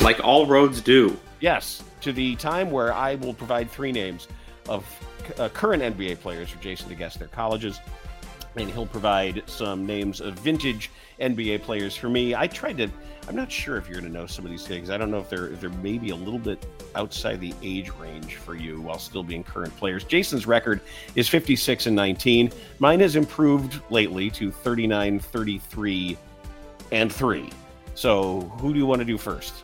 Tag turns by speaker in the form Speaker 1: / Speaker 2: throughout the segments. Speaker 1: like all roads do.
Speaker 2: Yes, to the time where I will provide three names of c- uh, current NBA players for Jason to guess their colleges, and he'll provide some names of vintage NBA players for me. I tried to. I'm not sure if you're going to know some of these things. I don't know if they're if they're maybe a little bit outside the age range for you while still being current players. Jason's record is 56 and 19. Mine has improved lately to 39, 33, and three. So who do you want to do first?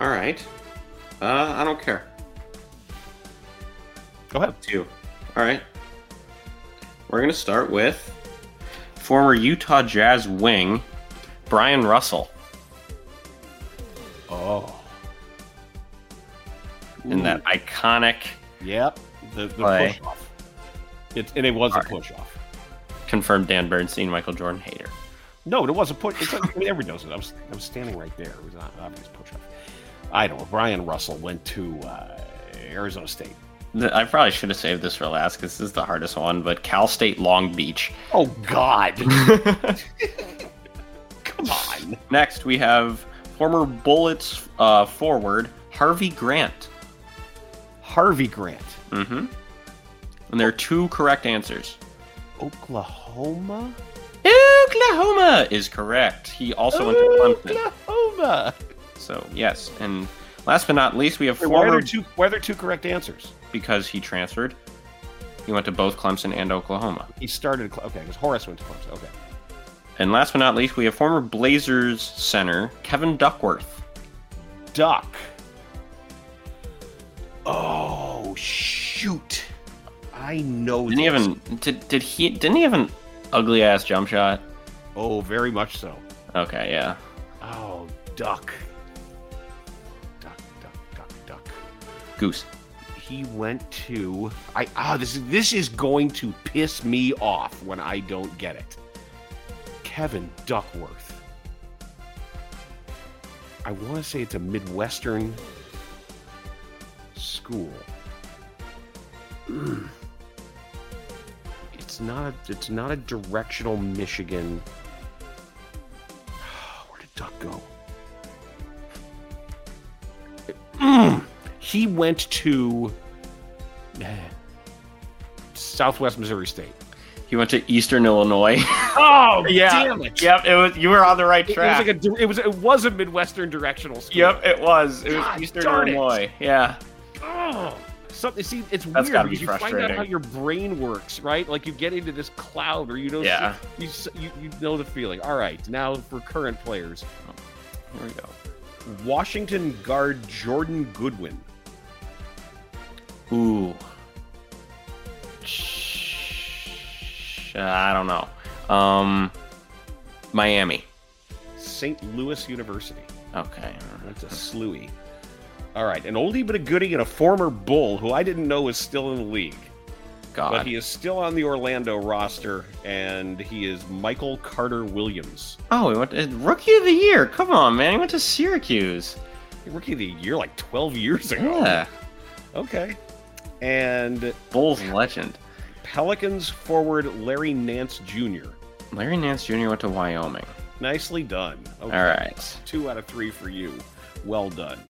Speaker 1: All right. Uh, I don't care.
Speaker 2: Go ahead.
Speaker 1: Two. All right. We're going to start with former Utah Jazz wing Brian Russell.
Speaker 2: Oh,
Speaker 1: in that iconic
Speaker 2: yep. The, the
Speaker 1: Play.
Speaker 2: push off. It, and it was a
Speaker 1: Alright.
Speaker 2: push off.
Speaker 1: confirmed Dan Bernstein, Michael Jordan hater.
Speaker 2: No, it was a push. It's, I mean, everyone knows it. I was, I was standing right there. It was not an obvious push off. I don't know. Brian Russell went to uh, Arizona State.
Speaker 1: The- I probably should have saved this for last because this is the hardest one, but Cal State Long Beach.
Speaker 2: Oh, God. Come on.
Speaker 1: Next, we have former Bullets uh, forward Harvey Grant.
Speaker 2: Harvey Grant,
Speaker 1: Mm-hmm. And there are two correct answers.
Speaker 2: Oklahoma?
Speaker 1: Oklahoma is correct. He also went to Clemson.
Speaker 2: Oklahoma.
Speaker 1: So yes, and last but not least, we have
Speaker 2: Wait, why, are there
Speaker 1: former
Speaker 2: two, why are there two correct answers?
Speaker 1: because he transferred. He went to both Clemson and Oklahoma.
Speaker 2: He started. Cle- Okay, because Horace went to Clemson. Okay.
Speaker 1: And last but not least, we have former Blazers center Kevin Duckworth.
Speaker 2: Duck. Oh, shoot. I know
Speaker 1: Didn't he
Speaker 2: this.
Speaker 1: have an did, did he didn't he have an ugly ass jump shot?
Speaker 2: Oh, very much so.
Speaker 1: Okay, yeah.
Speaker 2: Oh, duck. Duck, duck, duck, duck.
Speaker 1: Goose.
Speaker 2: He went to I ah this is this is going to piss me off when I don't get it. Kevin Duckworth. I want to say it's a Midwestern school. Mm. It's not a, it's not a directional Michigan. Where did Duck go? Mm. He went to eh, Southwest Missouri State.
Speaker 1: He went to Eastern Illinois.
Speaker 2: Oh
Speaker 1: damn yep, it was. You were on the right
Speaker 2: It was like a di- it was it was a Midwestern directional school.
Speaker 1: yep, it was. It was
Speaker 2: God
Speaker 1: Eastern
Speaker 2: darn it.
Speaker 1: Illinois. Yeah.
Speaker 2: Oh, something. See, it's
Speaker 1: That's
Speaker 2: weird
Speaker 1: gotta be
Speaker 2: because you find out
Speaker 1: frustrating.
Speaker 2: how your brain works, right? Like you get into this cloud, or you know,
Speaker 1: Yeah.
Speaker 2: you, s- you you know the feeling. All right, now for current players,
Speaker 1: Here we go.
Speaker 2: Washington guard Jordan Goodwin.
Speaker 1: Ooh. Sh- I don't know. Um, Miami.
Speaker 2: St. Louis University.
Speaker 1: Okay.
Speaker 2: That's a slewy. All right, an oldie but a goodie and a former Bull who I didn't know was still in the league, but
Speaker 1: God.
Speaker 2: he is still on the Orlando roster, and he is Michael Carter Williams,
Speaker 1: oh, he went to, rookie of the year. Come on, man. He went to Syracuse.
Speaker 2: rookie of the year like 12 years ago.
Speaker 1: Yeah.
Speaker 2: Okay. And
Speaker 1: Bulls legend.
Speaker 2: Pelicans forward Larry Nance Jr.
Speaker 1: Larry Nance Jr. went to Wyoming.
Speaker 2: Nicely done. Okay.
Speaker 1: All right.
Speaker 2: Two out of three for you. Well done.